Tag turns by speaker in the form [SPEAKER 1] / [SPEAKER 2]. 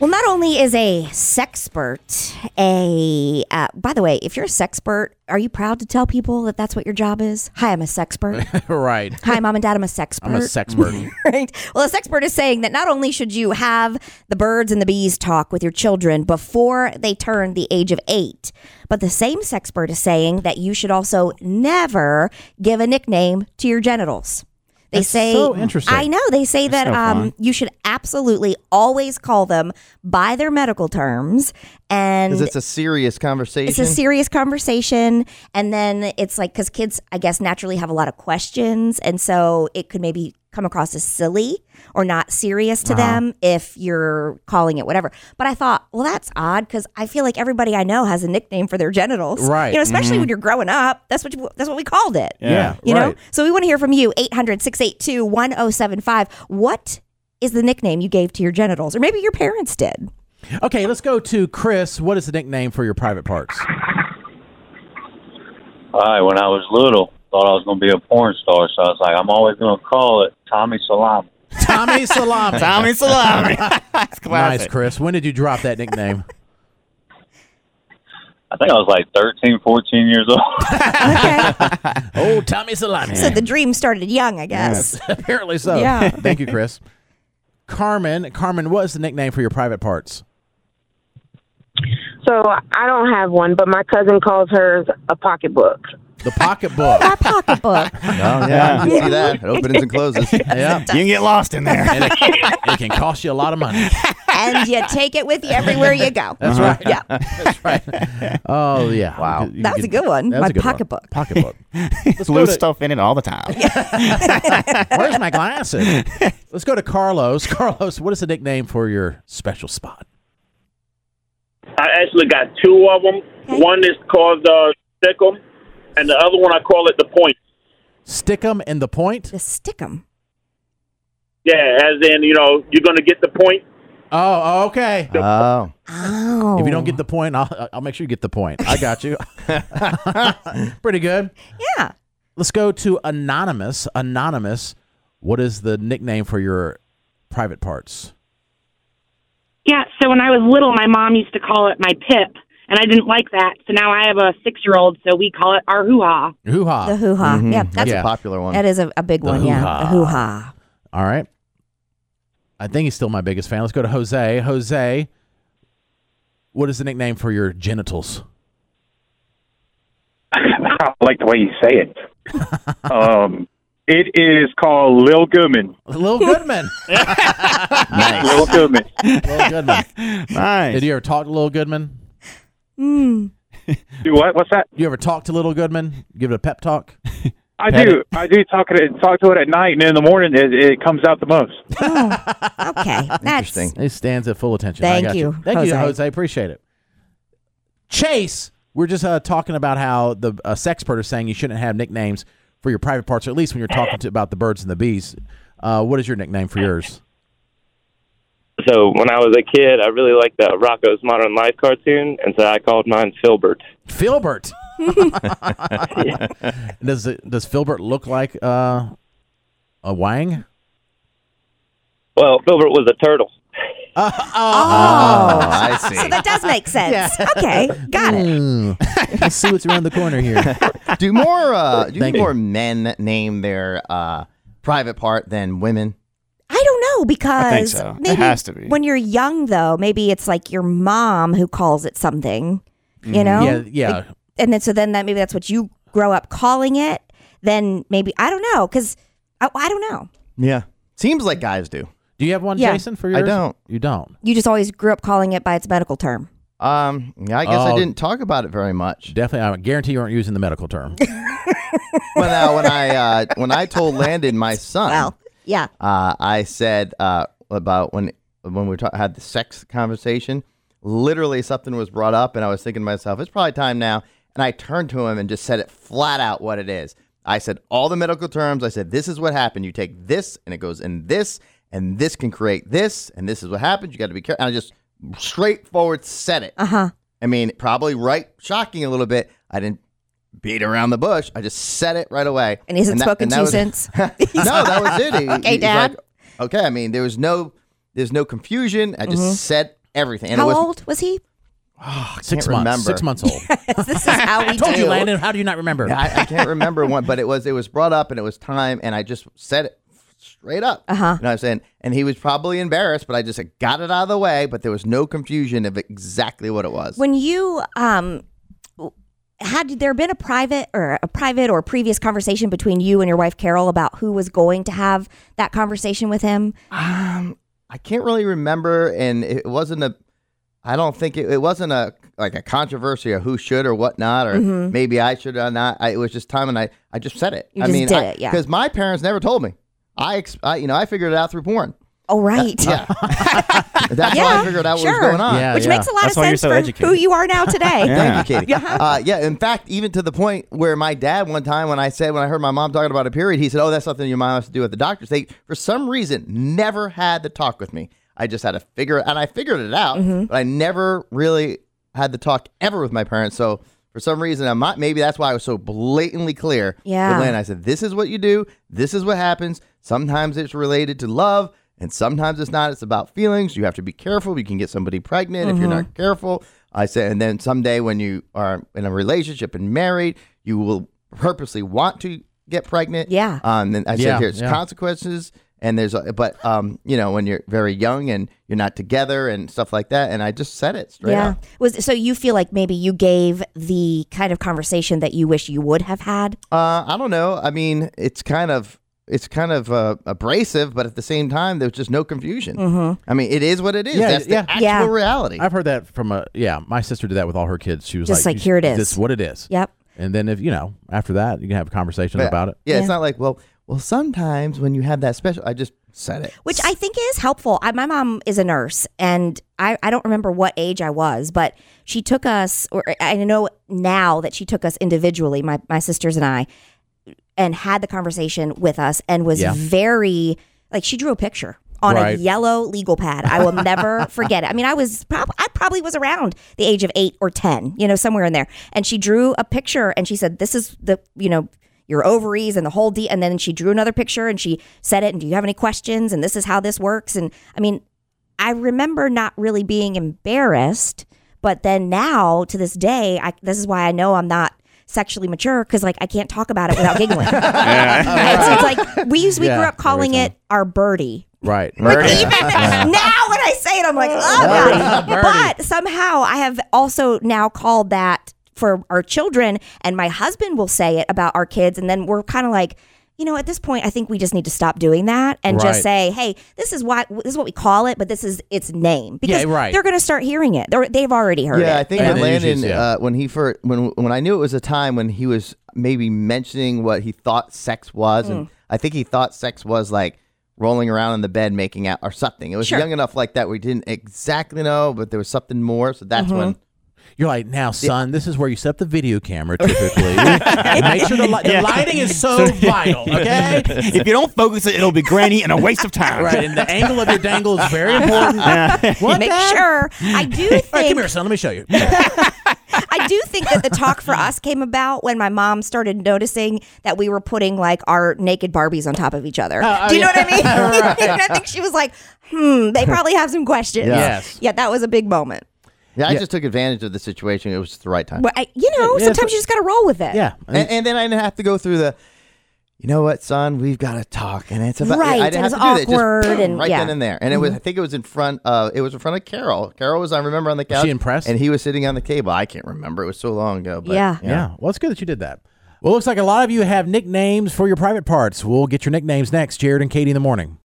[SPEAKER 1] Well, not only is a sexpert a, uh, by the way, if you're a sexpert, are you proud to tell people that that's what your job is? Hi, I'm a sexpert.
[SPEAKER 2] right.
[SPEAKER 1] Hi, mom and dad, I'm a sexpert.
[SPEAKER 2] I'm a
[SPEAKER 3] Er,
[SPEAKER 2] sexpert.
[SPEAKER 1] right? Well, this expert is saying that not only should you have the birds and the bees talk with your children before they turn the age of eight, but the same sexpert is saying that you should also never give a nickname to your genitals. They
[SPEAKER 2] That's
[SPEAKER 1] say,
[SPEAKER 2] so interesting.
[SPEAKER 1] I know. They say
[SPEAKER 2] That's
[SPEAKER 1] that
[SPEAKER 2] no
[SPEAKER 1] um,
[SPEAKER 2] fun.
[SPEAKER 1] you should absolutely always call them by their medical terms. And
[SPEAKER 3] Because it's a serious conversation.
[SPEAKER 1] it's a serious conversation and then it's like because kids i guess naturally have a lot of questions and so it could maybe come across as silly or not serious
[SPEAKER 2] Uh-huh.
[SPEAKER 1] to them if you're calling it whatever but i thought well that's odd because i feel like everybody i know has a nickname for their genitals
[SPEAKER 2] Right. Mm-hmm.
[SPEAKER 1] you know especially when you're growing up that's what you, that's what we called it
[SPEAKER 2] Yeah,
[SPEAKER 1] you know
[SPEAKER 2] right.
[SPEAKER 1] so we want to hear from you 800-682-1075 what is the nickname you gave to your genitals or maybe your parents did
[SPEAKER 2] Okay, let's go to Chris. What is the nickname for your private parts?
[SPEAKER 4] Hi, when I was little, thought I was going to be a porn star, so I was like, I'm always going to call it Tommy Salami.
[SPEAKER 2] Tommy Salami.
[SPEAKER 3] Tommy Salami. That's
[SPEAKER 2] Nice,
[SPEAKER 3] classic.
[SPEAKER 2] Chris. When did you drop that nickname?
[SPEAKER 4] I think I was like 13, 14 years old.
[SPEAKER 1] okay
[SPEAKER 2] oh, Tommy Salami.
[SPEAKER 1] so the dream started young i guess
[SPEAKER 2] Apparently so.
[SPEAKER 1] Yeah.
[SPEAKER 2] Thank you, Chris. Carmen, Carmen, what is the nickname for your private parts?
[SPEAKER 5] So I don't have one, but my cousin calls hers a pocketbook.
[SPEAKER 2] The pocketbook.
[SPEAKER 1] my pocketbook.
[SPEAKER 3] Oh, yeah. You can see that. It opens and closes.
[SPEAKER 2] yeah.
[SPEAKER 6] You can get lost in there.
[SPEAKER 2] And it, it can cost you a lot of money.
[SPEAKER 1] and you take it with you everywhere you go.
[SPEAKER 2] That's right.
[SPEAKER 1] Yeah.
[SPEAKER 2] That's right. Oh yeah. Wow.
[SPEAKER 1] That was a good one. My pocketbook.
[SPEAKER 2] Pocketbook. Let's go
[SPEAKER 6] Loose
[SPEAKER 2] to-
[SPEAKER 6] stuff in it all the time.
[SPEAKER 2] Where's my glasses? Let's go to Carlos. Carlos, what is the nickname for your special spot?
[SPEAKER 7] I actually got two of them.
[SPEAKER 1] Okay.
[SPEAKER 7] One is called uh, Stickum, and the other one I call it the Point.
[SPEAKER 2] Stick 'em in the point.
[SPEAKER 1] To stick them.
[SPEAKER 7] Yeah, as in you know you're going to get the point.
[SPEAKER 2] Oh, okay.
[SPEAKER 3] Oh.
[SPEAKER 1] Oh.
[SPEAKER 2] If you don't get the point, I'll, I'll make sure you get the point. I got you. Pretty good.
[SPEAKER 1] Yeah.
[SPEAKER 2] Let's go to Anonymous. Anonymous, what is the nickname for your private parts?
[SPEAKER 8] Yeah, so when I was little, my mom used to call it my pip, and I didn't like that. So now I have a six year old, so we call it our hoo ha.
[SPEAKER 2] Hoo
[SPEAKER 1] The
[SPEAKER 2] ha.
[SPEAKER 1] hoo ha.
[SPEAKER 3] Mhm.
[SPEAKER 1] Yeah. That's
[SPEAKER 3] That's
[SPEAKER 2] Yeah.
[SPEAKER 3] a popular one.
[SPEAKER 1] that is a, a big
[SPEAKER 2] The
[SPEAKER 1] one. Yeah. The
[SPEAKER 2] hoo-ha.
[SPEAKER 1] hoo ha.
[SPEAKER 2] All right. I think he's still my biggest fan. Let's go to Jose. Jose, what is the nickname for your genitals?
[SPEAKER 9] I like the way you say it. um, it is called Lil Goodman.
[SPEAKER 2] Lil Goodman.
[SPEAKER 9] Lil Goodman.
[SPEAKER 2] Lil Goodman. Did
[SPEAKER 6] nice.
[SPEAKER 2] you ever talk to Lil Goodman?
[SPEAKER 1] Mm.
[SPEAKER 9] Do what? What's that?
[SPEAKER 2] You ever talk to Lil Goodman? Give it a pep talk?
[SPEAKER 9] I do. I do talk to it, talk to it at night, and in the morning it, it comes out the most.
[SPEAKER 1] Okay. That's
[SPEAKER 3] Interesting.
[SPEAKER 2] He stands at full attention. I
[SPEAKER 1] Thank
[SPEAKER 2] got
[SPEAKER 1] you,
[SPEAKER 2] Thank you,
[SPEAKER 1] Jose.
[SPEAKER 2] Jose. Appreciate it. Chase, we're just uh, talking about how the uh, sexpert is saying you shouldn't have nicknames for your private parts, or at least when you're talking to about the birds and the bees. Uh, what is your nickname for yours?
[SPEAKER 7] So when I was a kid, I really liked the Rocco's Modern Life cartoon, and so I called mine Filbert.
[SPEAKER 2] Filbert. does it, does Filbert look like uh, a Wang?
[SPEAKER 7] Well, Filbert was a turtle.
[SPEAKER 3] Oh,
[SPEAKER 1] Oh.
[SPEAKER 3] I see.
[SPEAKER 1] So that does make sense. Okay. Got it.
[SPEAKER 2] Mm. Let's see what's around the corner here.
[SPEAKER 3] do more uh, do
[SPEAKER 2] Thank you.
[SPEAKER 3] more men name their uh, private part than women?
[SPEAKER 1] I don't know because
[SPEAKER 6] think so. It
[SPEAKER 1] maybe
[SPEAKER 6] has to be.
[SPEAKER 1] when you're young though, maybe it's like your mom who calls it something. You know?
[SPEAKER 2] Mm-hmm. Yeah, yeah.
[SPEAKER 1] and then so then that maybe that's what you grow up calling it. Then maybe I don't know because I, I don't know.
[SPEAKER 3] Yeah, seems like guys do.
[SPEAKER 2] Do you have one,
[SPEAKER 1] Yeah.
[SPEAKER 2] Jason? For
[SPEAKER 3] I
[SPEAKER 2] yours?
[SPEAKER 3] don't.
[SPEAKER 2] You don't.
[SPEAKER 1] You just always grew up calling it by its medical term.
[SPEAKER 3] Um, yeah, I guess I
[SPEAKER 2] Oh.
[SPEAKER 3] didn't talk about it very much.
[SPEAKER 2] Definitely, I guarantee you aren't using the medical term.
[SPEAKER 3] Well, now when I uh, when I told Landon my son,
[SPEAKER 1] Well, yeah.
[SPEAKER 3] uh, I said uh, about when when we ta- had the sex conversation. Literally, something was brought up, and I was thinking to myself, "It's probably time now." And I turned to him and just said it flat out what it is. I said all the medical terms. I said, "This is what happened. You take this, and it goes in this, and this can create this, and this is what happens. You got to be careful." And I just straightforward said it.
[SPEAKER 1] Uh huh.
[SPEAKER 3] I mean, probably right, shocking a little bit. I didn't beat around the bush. I just said it right away.
[SPEAKER 1] And he hasn't
[SPEAKER 3] that-
[SPEAKER 1] spoken
[SPEAKER 3] that
[SPEAKER 1] to you
[SPEAKER 3] was-
[SPEAKER 1] since?
[SPEAKER 3] no, that was it. He-
[SPEAKER 1] Okay,
[SPEAKER 3] he's
[SPEAKER 1] Dad.
[SPEAKER 3] like, okay, I mean, there was no, there's no confusion. I just said everything. And
[SPEAKER 1] Mm-hmm. How
[SPEAKER 3] it was
[SPEAKER 1] old was he?
[SPEAKER 2] Six months.
[SPEAKER 3] can't remember.
[SPEAKER 2] Six months old.
[SPEAKER 1] this is how we
[SPEAKER 2] Told
[SPEAKER 1] do.
[SPEAKER 2] you, Landon. How do you not remember?
[SPEAKER 3] I, I can't remember one, but it was it was brought up and it was time, and I just said it straight up.
[SPEAKER 1] Uh-huh.
[SPEAKER 3] You know what I'm saying? And he was probably embarrassed, but I just like, got it out of the way. But there was no confusion of exactly what it was.
[SPEAKER 1] When you um had there been a private or a private or previous conversation between you and your wife Carol about who was going to have that conversation with him?
[SPEAKER 3] Um, I can't really remember, and it wasn't a. I don't think it, it wasn't a like a controversy of who should or what not, or maybe I should or not. I, it was just time, and I I just said it.
[SPEAKER 1] Mm-hmm. You
[SPEAKER 3] I
[SPEAKER 1] just
[SPEAKER 3] mean,
[SPEAKER 1] did
[SPEAKER 3] I-
[SPEAKER 1] it, yeah.
[SPEAKER 3] Because my parents never told me. I, ex- I you know I figured it out through porn.
[SPEAKER 1] Oh right.
[SPEAKER 3] Yeah, that's how
[SPEAKER 1] Yeah,
[SPEAKER 3] I figured out what
[SPEAKER 1] sure.
[SPEAKER 3] was going on.
[SPEAKER 2] Yeah,
[SPEAKER 1] Which
[SPEAKER 2] yeah.
[SPEAKER 1] makes a lot
[SPEAKER 6] That's
[SPEAKER 1] of
[SPEAKER 6] why you're
[SPEAKER 1] sense
[SPEAKER 6] so
[SPEAKER 1] for
[SPEAKER 6] educated.
[SPEAKER 1] who you are now today.
[SPEAKER 6] Yeah.
[SPEAKER 3] Thank you, Katie. Uh, yeah, in fact, even to the point where my dad one time when I said when I heard my mom talking about a period, he said, "Oh, that's something your mom has to do at the doctor's." They for some reason never had the talk with me. I just had to figure it, and I figured it out, but I never really had the talk ever with my parents. So for some reason, I'm not. Maybe that's why I was so blatantly clear.
[SPEAKER 1] Yeah.
[SPEAKER 3] With Lynn, I said, "This is what you do. This is what happens. Sometimes it's related to love." And sometimes it's not. It's about feelings. You have to be careful. You can get somebody pregnant if you're not
[SPEAKER 1] Mm-hmm.
[SPEAKER 3] careful. I said, and then someday when you are in a relationship and married, you will purposely want to get pregnant.
[SPEAKER 1] Yeah.
[SPEAKER 3] Um. And I
[SPEAKER 2] Yeah,
[SPEAKER 3] said, there's
[SPEAKER 2] yeah.
[SPEAKER 3] consequences, and there's, a, but um, you know, when you're very young and you're not together and stuff like that. And I just said it straight
[SPEAKER 1] yeah.
[SPEAKER 3] up.
[SPEAKER 1] Was so you feel like maybe you gave the kind of conversation that you wish you would have had?
[SPEAKER 3] Uh, I don't know. I mean, it's kind of. It's kind of uh, abrasive, but at the same time, there's just no confusion. I mean, it is what it is.
[SPEAKER 2] Mm-hmm. Yeah,
[SPEAKER 3] That's the
[SPEAKER 2] yeah.
[SPEAKER 3] actual
[SPEAKER 1] Yeah.
[SPEAKER 3] reality.
[SPEAKER 2] I've heard that from a yeah. My sister did that with all her kids. She was
[SPEAKER 1] Just
[SPEAKER 2] like
[SPEAKER 1] like, here it is.
[SPEAKER 2] This is what it is.
[SPEAKER 1] Yep.
[SPEAKER 2] And then if you know after that, you can have a conversation
[SPEAKER 3] Yeah.
[SPEAKER 2] about it.
[SPEAKER 3] Yeah,
[SPEAKER 1] Yeah.
[SPEAKER 3] it's not like well, well. Sometimes when you have that special, I just said it.
[SPEAKER 1] which I think is helpful. I, my mom is a nurse, and I, I don't remember what age I was, but she took us, or I know now that she took us individually, my, my sisters and I, and had the conversation with us and was
[SPEAKER 2] Yeah.
[SPEAKER 1] very, like, she drew a picture. On
[SPEAKER 2] Right.
[SPEAKER 1] a yellow legal pad, I will never forget it. I mean, I was prob- I probably was around the age of eight or ten, you know, somewhere in there. And she drew a picture, and she said, "This is the you know your ovaries and the whole D. And then she drew another picture and she said it. And do you have any questions? And this is how this works. And I mean, I remember not really being embarrassed, but then now to this day, I, this is why I know I'm not sexually mature because like I can't talk about it without giggling. It's, it's like we used we
[SPEAKER 2] Yeah,
[SPEAKER 1] grew up calling
[SPEAKER 2] every
[SPEAKER 1] it our birdie.
[SPEAKER 2] Right.
[SPEAKER 1] Like, even now when I say it, I'm like, oh god. But somehow I have also now called that for our children, and my husband will say it about our kids, and then we're kind of like. You know, at this point, I think we just need to stop doing that and just say, "Hey, this is why this is what we call it, but this is its name." Because
[SPEAKER 2] right.
[SPEAKER 1] they're going to start hearing it. They're, they've already heard
[SPEAKER 3] Yeah, I
[SPEAKER 1] it.
[SPEAKER 3] think
[SPEAKER 2] And
[SPEAKER 3] when
[SPEAKER 2] it usually
[SPEAKER 3] Landon,
[SPEAKER 2] is, yeah.
[SPEAKER 3] uh, when he first, when when I knew it was a time when he was maybe mentioning what he thought sex was,
[SPEAKER 2] Mm.
[SPEAKER 3] and I think he thought sex was like rolling around in the bed making out or something. It was
[SPEAKER 1] Sure.
[SPEAKER 3] young enough like that we didn't exactly know, but there was something more. So that's
[SPEAKER 2] Mm-hmm.
[SPEAKER 3] when
[SPEAKER 2] You're like, now, son, this is where you set up the video camera typically. Make sure the, li- the lighting is so vital, okay?
[SPEAKER 6] if you don't focus it, it'll be granny and a waste of time.
[SPEAKER 2] Right, and the angle of your dangle is very important. What,
[SPEAKER 1] Make
[SPEAKER 2] Dad?
[SPEAKER 1] sure I do think
[SPEAKER 2] All right, come here, son. Let me show you.
[SPEAKER 1] I do think that the talk for us came about when my mom started noticing that we were putting like our naked Barbies on top of each other.
[SPEAKER 2] Oh,
[SPEAKER 1] do you know what I mean? and I think she was like, hmm, they probably have some questions.
[SPEAKER 3] Yeah.
[SPEAKER 2] Yes.
[SPEAKER 1] Yeah, that was a big moment.
[SPEAKER 3] yeah, I
[SPEAKER 2] Yeah.
[SPEAKER 3] just took advantage of the situation. It was just the right time,
[SPEAKER 1] But I, you know,
[SPEAKER 2] Yeah,
[SPEAKER 1] sometimes
[SPEAKER 2] but-
[SPEAKER 1] you just got to roll with it.
[SPEAKER 2] Yeah.
[SPEAKER 3] and, and then I didn't have to go through the. You know what, son? We've got to talk, and it's about
[SPEAKER 1] Right,
[SPEAKER 3] I didn't
[SPEAKER 1] it was
[SPEAKER 3] have to do that. It just,
[SPEAKER 1] awkward and-
[SPEAKER 3] right
[SPEAKER 1] yeah.
[SPEAKER 3] then and there, and it was. I think it was in front. Uh, it was in front of Carol. Carol was. I remember on the couch.
[SPEAKER 2] she impressed?
[SPEAKER 3] And he was sitting on the table. I can't remember. It was so long ago. But
[SPEAKER 1] Yeah.
[SPEAKER 2] Yeah. Well, it's good that you did that. Well, it looks like a lot of you have nicknames for your private parts. We'll get your nicknames next. Jared and Katie in the morning.